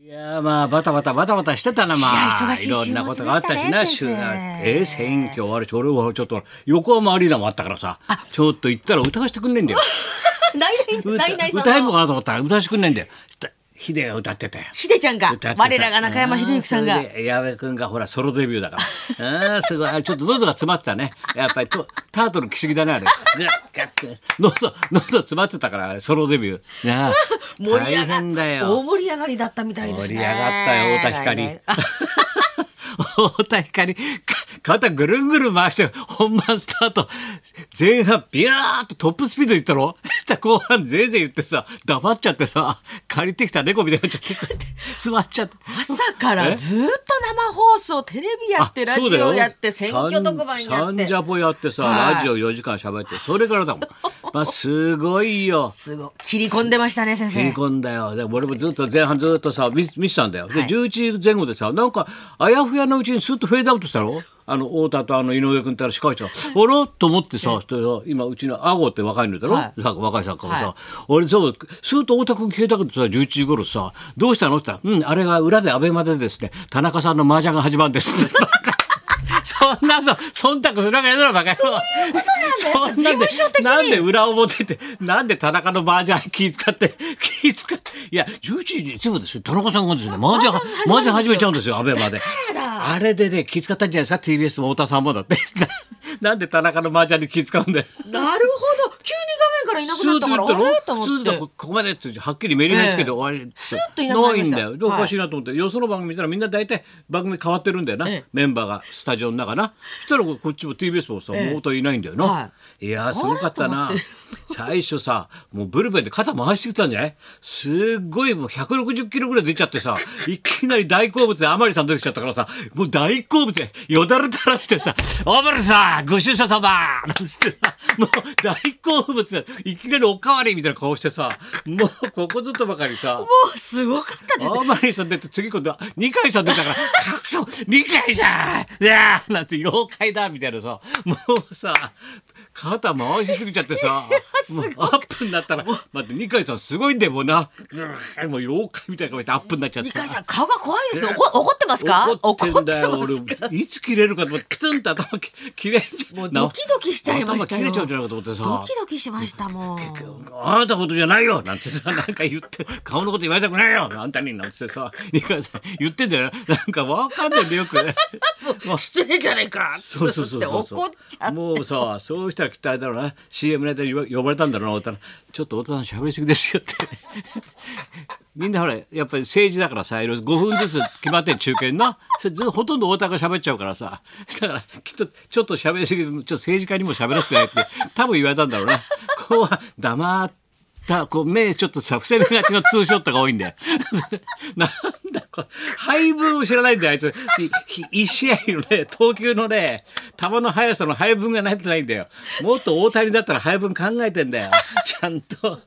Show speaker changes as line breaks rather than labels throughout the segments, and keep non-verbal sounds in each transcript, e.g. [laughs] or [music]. やーまあバタバタバタバタしてたなまあ
いや忙しい
ろんなことがあったしな
週末でしたね
週えー選挙あれ俺はちょっと横浜アリーナもあったからさちょっと行ったら歌わせてくんねえんだよ
[laughs] ないないないない
歌え
さ
ん
ん
の
の
かなと思ったら歌わせてくんねえんだよヒデが歌ってたよ
ひでちゃんが
歌ってた
我らが中山秀幸さん
あー
が
それで矢部君がほらソロデビューだ
[laughs]
からあーすごいあれちょっと喉が詰まってたねやっぱりとタートル着すぎだねあれグッガッて喉喉詰まってたからソロデビューなあ
[laughs] 盛り上
大
が
変だよ
大盛り上がりだったみたいで
盛
す
り
ね
上がったよ太田光
来年 [laughs] あ
太田 [laughs] 光か肩ぐるんぐるん回して本番スタート前半ビューッとトップスピードいったろしたら後半ぜいぜい言ってさ黙っちゃってさ借りてきた猫みたいになっちゃってこうやって
[laughs]
座っちゃって
朝からずーっと生放送テレビやってラジオやって選挙特番やっ
サン
て
ジャポやってさ、
はい
ラジオ4時間喋ってそれからだもんまあすごいよ
すごい切り込んでましたね先
切り
生
込んだよで俺もずっと前半ずっとさ見見てたんだよで、
はい
11時前後でさなんかあやふやのうちにスッとフェードアウトしたろあの太田とあの井上君ってあの司会者が「あら?」と思ってさそしたら今うちのアゴって若いのだろ、
はい
さ若い作家がさ、
は
俺そうスッと太田君消えたけどさ11時頃さ「どうしたの?」って言ったら「うんあれが裏でアベマでですね田中さんの麻雀が始まるんです」って。 [laughs] そんなさ、忖度するわけやだろ、バカ野郎。
そういうことなん
そんで
だ事務所的に
なんで裏表って、なんで田中の麻雀気使って、気使って。いや、11時にいつもですよ、田中さんがですね、麻雀、麻雀始めちゃうんですよ、アベマで。あれでね、気使ったんじゃないですか、TBS も太田さんもだって。 [laughs] ななんで田中の麻雀に気使うんだよ。
なるほど急に画面からいなくなったからあれと
普
思
通
っ
だ
て
こここまでってはっきりメリハリつけて終わり
スッといなくなり
いん
ました
だよでおかしいなと思って、よその番組見たらみんな大体番組変わってるんだよな、
ええ
メンバーがスタジオの中なそしたらこっちも TBS もさ、
ええ
もう太田いないんだよな、、
はい
やーすごかったな
あれと
最初さもうブルペンで肩回してきたんじゃないすっごいもう160キロぐらい出ちゃってさいきなり大好物で甘利さん出てきちゃったからさもう大好物でよだれ垂らしてさ「甘利さんご出社様!」なんつってさもう大好物でいきなりおかわりみたいな顔してさもうここずっとばかりさ。
もうすごかったですね
あまりさん出て次今度は二階さん出たから「確証二階さんいやーなんて妖怪だ」みたいなさもうさ肩回しすぎちゃってさもうアップになったら「待って二階さんすごいんだよもうなうんもう妖怪みたいな顔してアップになっちゃって
二
さ
階さん顔が怖いですね怒怒ってますか
怒ってんだよ
怒って
俺
ますか
いつ切れるかと思ってクツンと頭き切れんじゃん
もうドキドキしちゃいました
頭
よ
切れちゃうんじゃないかと思ってさ
ドキドキしましたもう
あなたことじゃないよなんてさ、なんか言って、顔のこと言われたくないよあんたになんてさ、二階さん言ってんだよな。なんかわかんないんだよ、よ
[laughs]
くね。
失礼じゃないか
そうそうそうそうそう。
怒っちゃって
もうさ、そうしたらきっとあれだろうな。CM の間に呼ばれたんだろうな、太田のちょっと太田さん喋りすぎですよって。みんなほら、やっぱり政治だからさ、いろいろ5分ずつ決まってん中堅な。それずほとんど太田が喋っちゃうからさ。だから、きっとちょっと喋りすぎて、ちょっと政治家にも喋らせてないって、多分言われたんだろうな。こうは黙って。だこう目ちょっとさ伏せ目がちのツーショットが多いんだよ。なんだこれ配分を知らないんだよあいつ。ひひ一試合のね投球のね球の速さの配分が慣れてないんだよ。もっと大谷だったら配分考えてんだよ。ちゃんともう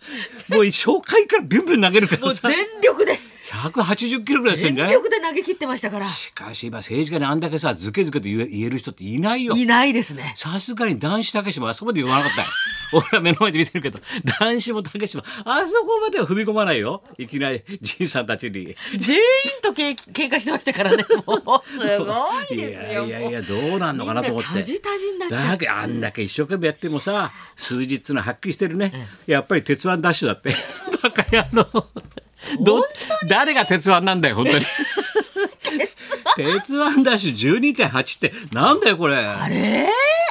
初回からビュンビュン投げるか
も
ら
う
さ
全。力で
180キロぐらいして
全
んじゃない
力で投げ切ってましたから
しかし今政治家にあんだけさズケズケと言え言える人っていないよ。
いないですね
さすがに男子たけしもあそこまで言わなかった [laughs] よ。俺は目の前で見てるけど、男子もたけしもあそこまでは踏み込まないよ。いきなりじいさんたちに。
全員とけん喧嘩してましたからねもうすごいですよ
いやいやいや、どうなんのかなと思って。
みんなタジタジになっちゃって
だけどあんだけ一生懸命やってもさ、数日ってのははっきりしてるね。やっぱり鉄腕ダッシュだって。 [laughs] バカ野郎。ど誰が鉄腕なんだよ、本当に。鉄腕ダッシュ12.8ってなんだよこれ
あれ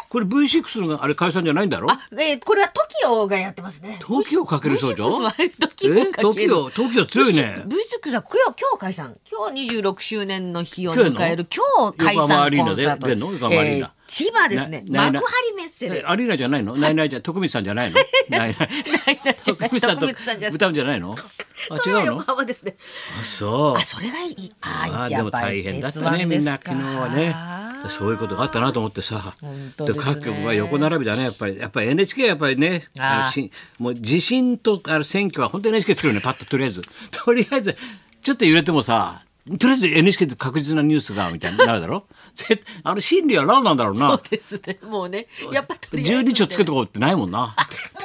これ V6 のあれ解散じゃないんだろ
あ、えーこれは TOKIO がやってますね
東京かける少女
V6 は TOKIO
え
か
東
ける
京東京強いね
V6 が今日今日解散今日26周年の日を
今日の
迎える今日解
横浜ア
散
リー
コ
ナ
ン
で
サート
出んの横浜アリーナ
えー千葉ですね
な
幕張メッセ
え
で
アリーナじゃないのないないじゃ徳光さんじゃ
[laughs]
ないのないない徳光さんと
徳光さんじゃない
歌うんじゃないのあ
そ
違
れは
う
横
の
浜ですね
あそう
あそれがいい
あ
あ
あ
や
で
っ
も
ぱり
大変だった
鉄
ね
腕
みんな
です
昨
か
日はねそういうことがあったなと思ってさ
本当ですね
各局が横並びだねやっぱりやっぱり NHK はやっぱりね
あー
あのしもう地震とあの選挙は本当に NHK 作るよねパッととりあえずとりあえずちょっと揺れてもさとりあえず NHK で確実なニュースだみたいになるだろぜあの心理は何なんだろう
そ
な
うですね。もうね、やっぱとりあえず、ね。
12丁つけとこうってないもんな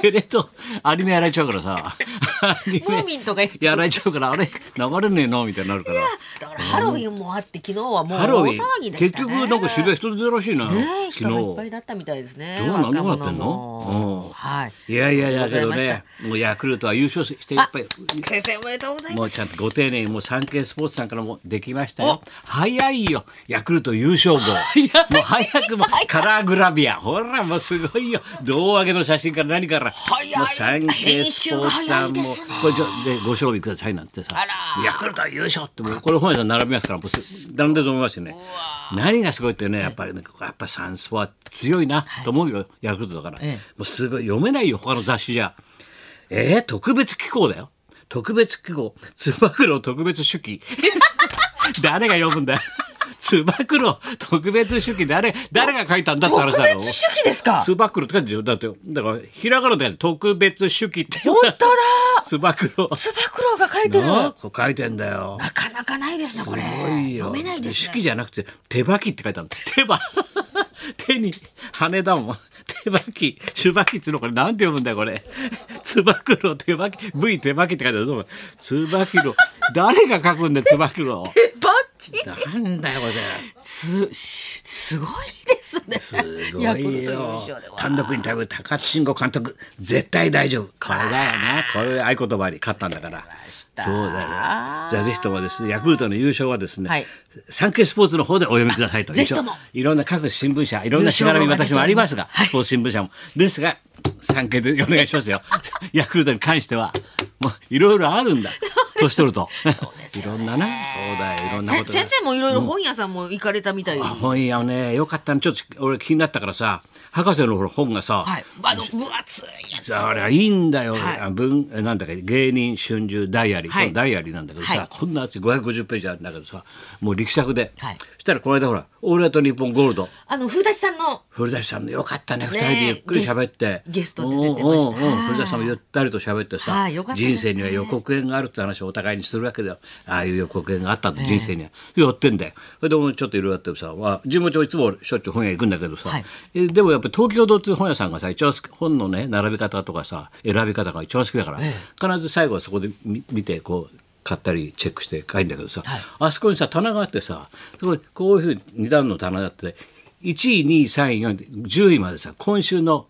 テレとアニメやられちゃうからさアニ
ムーミンとかやっちゃう
やられちゃうからあれ流れねえなみたいになるから
だからハロウィンもあって、昨日はもう
ハ
大
ロウィ
騒ぎ
ン
でし
結
たね。
局なんか渋谷人出たらしいな
ねえ、
昨
人がいっぱ
日
いだったみたいですね。
どうなんどうな
若
っ
者
てんの
も
うん
はい。
いやいやいや
ありが
け
と
ど
うございまし
ねもうヤクルトは優勝してやっぱり
た先生おめでとうござい
も
ま
う
す。
ちゃんとご丁寧にもう産経スポーツさんからもできましたよ。早いよ。ヤクルト優勝号。もう早くもカラーグラビア。ほらもうすごいよ。胴上げの写真から何から。
早い
もう産経スポーツさんも
編集が早いですね
これじゃでご賞味くださいなんてさ
あら。
ヤクルト優勝ってもうこれ本屋さん並びますからもうす並んでると思いますよね。何がすごいってねやっぱりねやっぱサンスポは強いなと思うよ、ヤクルトだから。
ええ
もうすごい読めないよ他の雑誌じゃ。えー、特別機構だよ。特別機構。つば九郎特別手
[laughs]
記。誰が読むんだよ。つば九郎特別手記誰、誰が書いたんだって話
特
だろ。
別主義ですか。
つば九郎って書いてるよ。だって、だから、ひらがなで特別手記って。
本当だ。
[laughs] つば九郎。
つば九郎が書いてる。
なあ
な
こう書いてんだよ。
かなかないですねこれ。
すごいよ
飲めないです
手記
ね。
じゃなくて手羽きって書いてあるんだ手羽 [laughs] 手に羽だもん手羽き手羽きっつうのこれなんて読むんだよこれつば九郎手羽き V 手羽きって書いてあるどうもつば九郎誰が書くんだよつば九
[laughs]
郎
えバッキー
なんだよこれ
すしすごいですね。
すご
ヤクルト
い
優
よ
勝でわ
単独インタビュー高津慎吾監督絶対大丈夫これだよなこれ合言葉に勝ったんだから
た
そうだよじゃあぜひともですねヤクルトの優勝はですね、
はい
産経スポーツの方でお読みくださいと
ぜひとも
いろんな各新聞社いろんなしがらみ私もありますが、スポーツ新聞社もですが産経でお願いしますよ [laughs] ヤクルトに関してはもういろいろあるん
[laughs]
だ年取ると、 [laughs] いろんななそうだよいろんな
せ
ことが
先生もいろいろ本屋さんも行かれたみたい。
あ本屋ねよかったねちょっと俺気になったからさ博士のほら本がさ、
はい。あの分厚いやつ。
あれはいいんだよ、
はい
あ文えなんだっけ芸人春秋ダイアリー、
はい
このダイアリーなんだけどさ、
はい
こんなやつ550ページあるんだけどさもう力作で、
はい
そしたらこの間ほら「オールナイトニッポンゴールド」
あの古舘さんの
古舘さんのよかったね
ね
二人でゆっくり喋って
ゲスゲストで出てました
うんうんうん
はい
古舘さんもゆったりと喋ってさ、
はいよかったですね
人生には予告編があるって話をお互いにするわけだよああいう予告編があったって人生には、やってんだよそれで俺ちょっといろいろやってさ、まあ、地元いつもしょっちゅう本屋行くんだけどさ、
はい
えでもやっぱり東京堂っていう本屋さんがさ一番好き本のね並び方とかさ選び方が一番好きだから、必ず最後はそこで見見てこう買ったりチェックして買いんだけどさ、
はい
あそこにさ棚があってさそこにこういうふうに2段の棚があって1位2位3位4位って10位までさ今週の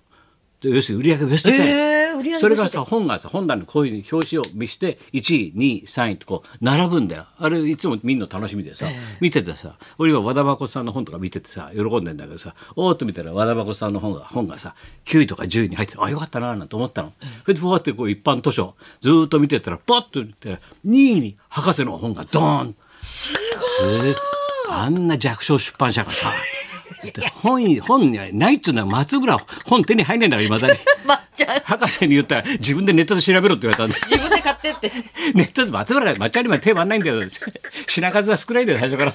要するに売上ベスト10、
えー売上ベスト10
それがさ本がさ本棚にこういうふうに表紙を見して1位2位3位とこう並ぶんだよあれいつも見るの楽しみでさ、見ててさ俺今和田誠さんの本とか見ててさ喜んでんだけどさおーっと見たら和田誠さんの本が本がさ9位とか10位に入っててあよかったなーなんて思ったの、それでふわってこう一般図書ずーっと見てたらパッと見たら2位に博士の本がドーンすあんな弱小出版社がさ [laughs] 本に本にはないっつうのは松村本手に入んないんだからいまだに
まっちゃん
博士に言ったら自分でネットで調べろって言われたんで
[laughs] 自分で買ってって。
ネットで松村が抹茶には手回んないんだよ品数は少ないんだよ最初から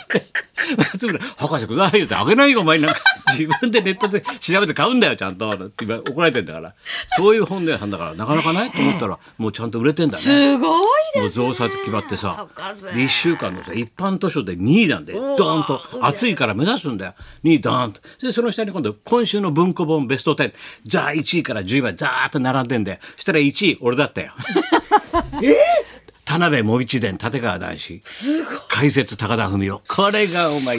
松村博士くださいよってあげないよお前なんか自分でネットで調べて買うんだよちゃんとって今怒られてんだからそういう本屋さんだからなかなかないと思ったらもうちゃんと売れてんだね
すごいですね。
もう増刷決まってさ
博士
1週間のさ一般図書で2位なんでドーンと暑いから目指すんだよ2位ドーンとでその下に今度今週の文庫本ベスト10ザー1位から10位までザーッと並んでんだよそしたら1位俺だったよ田辺茂一伝立川談志解説高田文夫これがお前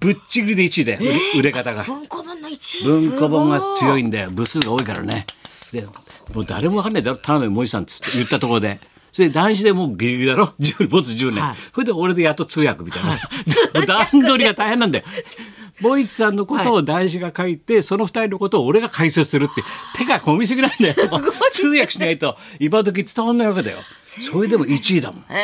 ぶっちぎりで1位だよ、売れ方が
文庫本の一位。
文庫本が強
い。
いんだよ部数が多いからねでもう誰もわかんないだろ田辺萌さんっつって言ったところで。それで男子でもうギリギリだろ10没10年、
はい
それで俺でやっと通訳みたいな、段取りが大変なんだよボイツさんのことを男子が書いて、その二人のことを俺が解説するって手が込みすぎなんだよ通訳しないと今時伝わんないわけだよそれでも1位だもん
え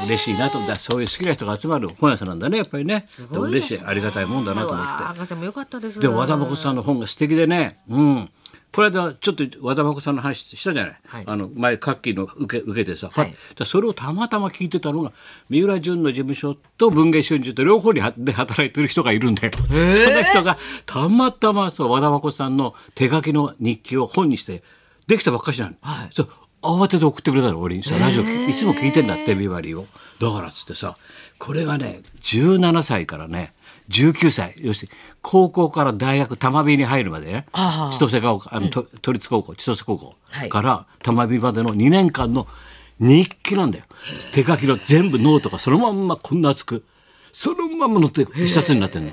え
嬉しいなと思ったそういう好きな人が集まる本屋さんなんだねやっぱりね
ごいです
嬉し
ね
いありがたいもんだなと思って
わあ博士も良かったです。
で和田誠さんの本が素敵でね、うん、この間ちょっと和田誠さんの話したじゃない、
はい
あの前カッキーの受け受けてさ、
はい
でそれをたまたま聞いてたのが三浦淳の事務所と文藝春秋と両方にはで働いてる人がいるんだよ。その人がたまたまそう和田誠さんの手書きの日記を本にしてできたばっかしなの。そう慌てて送ってくれたの俺にさラジオいつも聞いてんだってビバリーを。だからっつってさこれがね17歳からね19歳要するに高校から大学玉美に入るまでね
ああ
千歳高校あの、と都立高校千歳高校
はい
から玉美までの2年間の日記なんだよ手書きの全部ノートがそのまんまこんな厚くそのまんま載って一冊になってんの。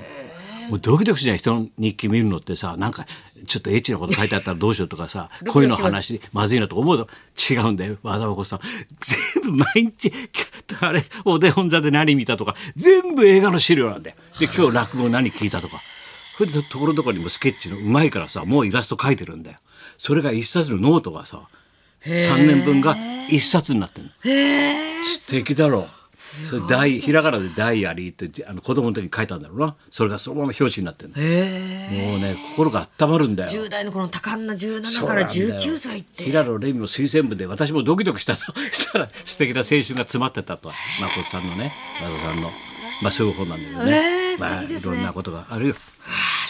もうドキドキしない人の日記見るのってさなんかちょっとエッチなこと書いてあったらどうしようとかさ
ドキドキします
恋の話まずいなと思うと違うんだよ和田子さん全部毎日あれお手本座で何見たとか全部映画の資料なんだよで今日落語何聞いたとかそれでところどころにもスケッチのうまいからさもうイラスト描いてるんだよそれが一冊のノートがさ3年分が一冊になってるの素敵だろうそれダイひらがなで「ダイアリー」ってじあの子供の時に書いたんだろうなそれがそのまま表紙になってるの
え
もうね心が温まるんだよ
10代の頃の多感な17から19歳って
平野レミの推薦部で私もドキドキしたと [laughs] したら素敵な青春が詰まってたと誠さんのね誠さんのまあそういう本なんだけどね、
えー素敵ですね
まあいろんなことがあるよ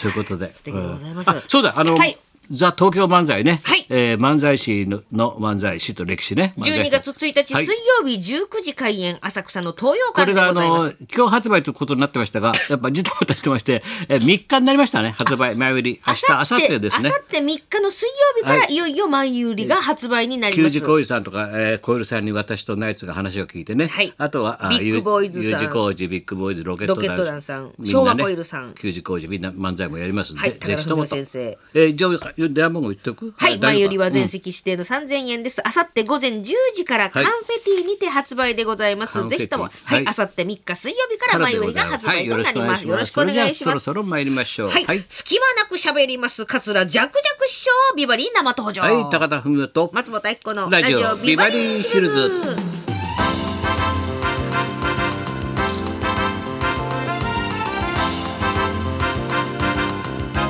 そういうことで素
敵でございます
そうだあの、
はい
ザ東京漫才ね、
はい
えー漫才師のの漫才師と歴史ね漫才師
12月1日水
はい
曜日19時開演浅草の東洋
こ
館で
れが
ござ
あ
いま
の
す
今日発売ということになってましたがやっぱジタバタしてまして、えー、3日になりましたね発売前売り明日明後日ですね
あさって3日の水曜日からいよいよ前売りが発売になり
球
ま
児
す
浩二さんとか、えー、小ルさんに私とナイツが話を聞いてね、
はい
あとはあ
ビッグボーイズさん
U 字工事ビッグボーイズロケット
ロケット団さん
みなね
昭和コイルさん
球児浩二みんな漫才もやりますんで、
はい
ぜひともと
高田文夫先
えー、じゃあ電話番号言っておく
はい、前よりは
全
全席指定の3000円です。あさって午前10時からカンフェティにて発売でございま
カ
す。
ンフェ
ぜ
ティ
ひとも、
は
はいい、あさって3日水曜日から前よりが発売となります。よろしくお願いし
そ
ま
ろ
す
そ。ろ参りましょう
はい、
はい、
隙間なく喋ります。桂ジャクジャク師匠、ビバリー生登場。
はい、高田文夫と
松本明子の
ラ
ラ
ジ
ジ
オ
オ
ビ
ビ
バ
バ
リ
リ
ーヒ
ーヒ
ル
ル
ズ
ズ。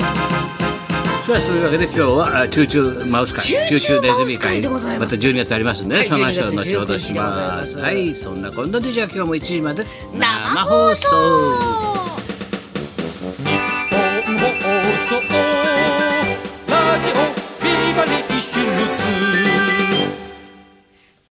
さあそういうわけで今日はあチューチューマウス会
チューチューマウス会でござい
ま
ます
た12月ありますね、
はい
その話を
12月
後ほどします
19日でございます
はいそんなこんなでじゃあ今日も1時まで
生放送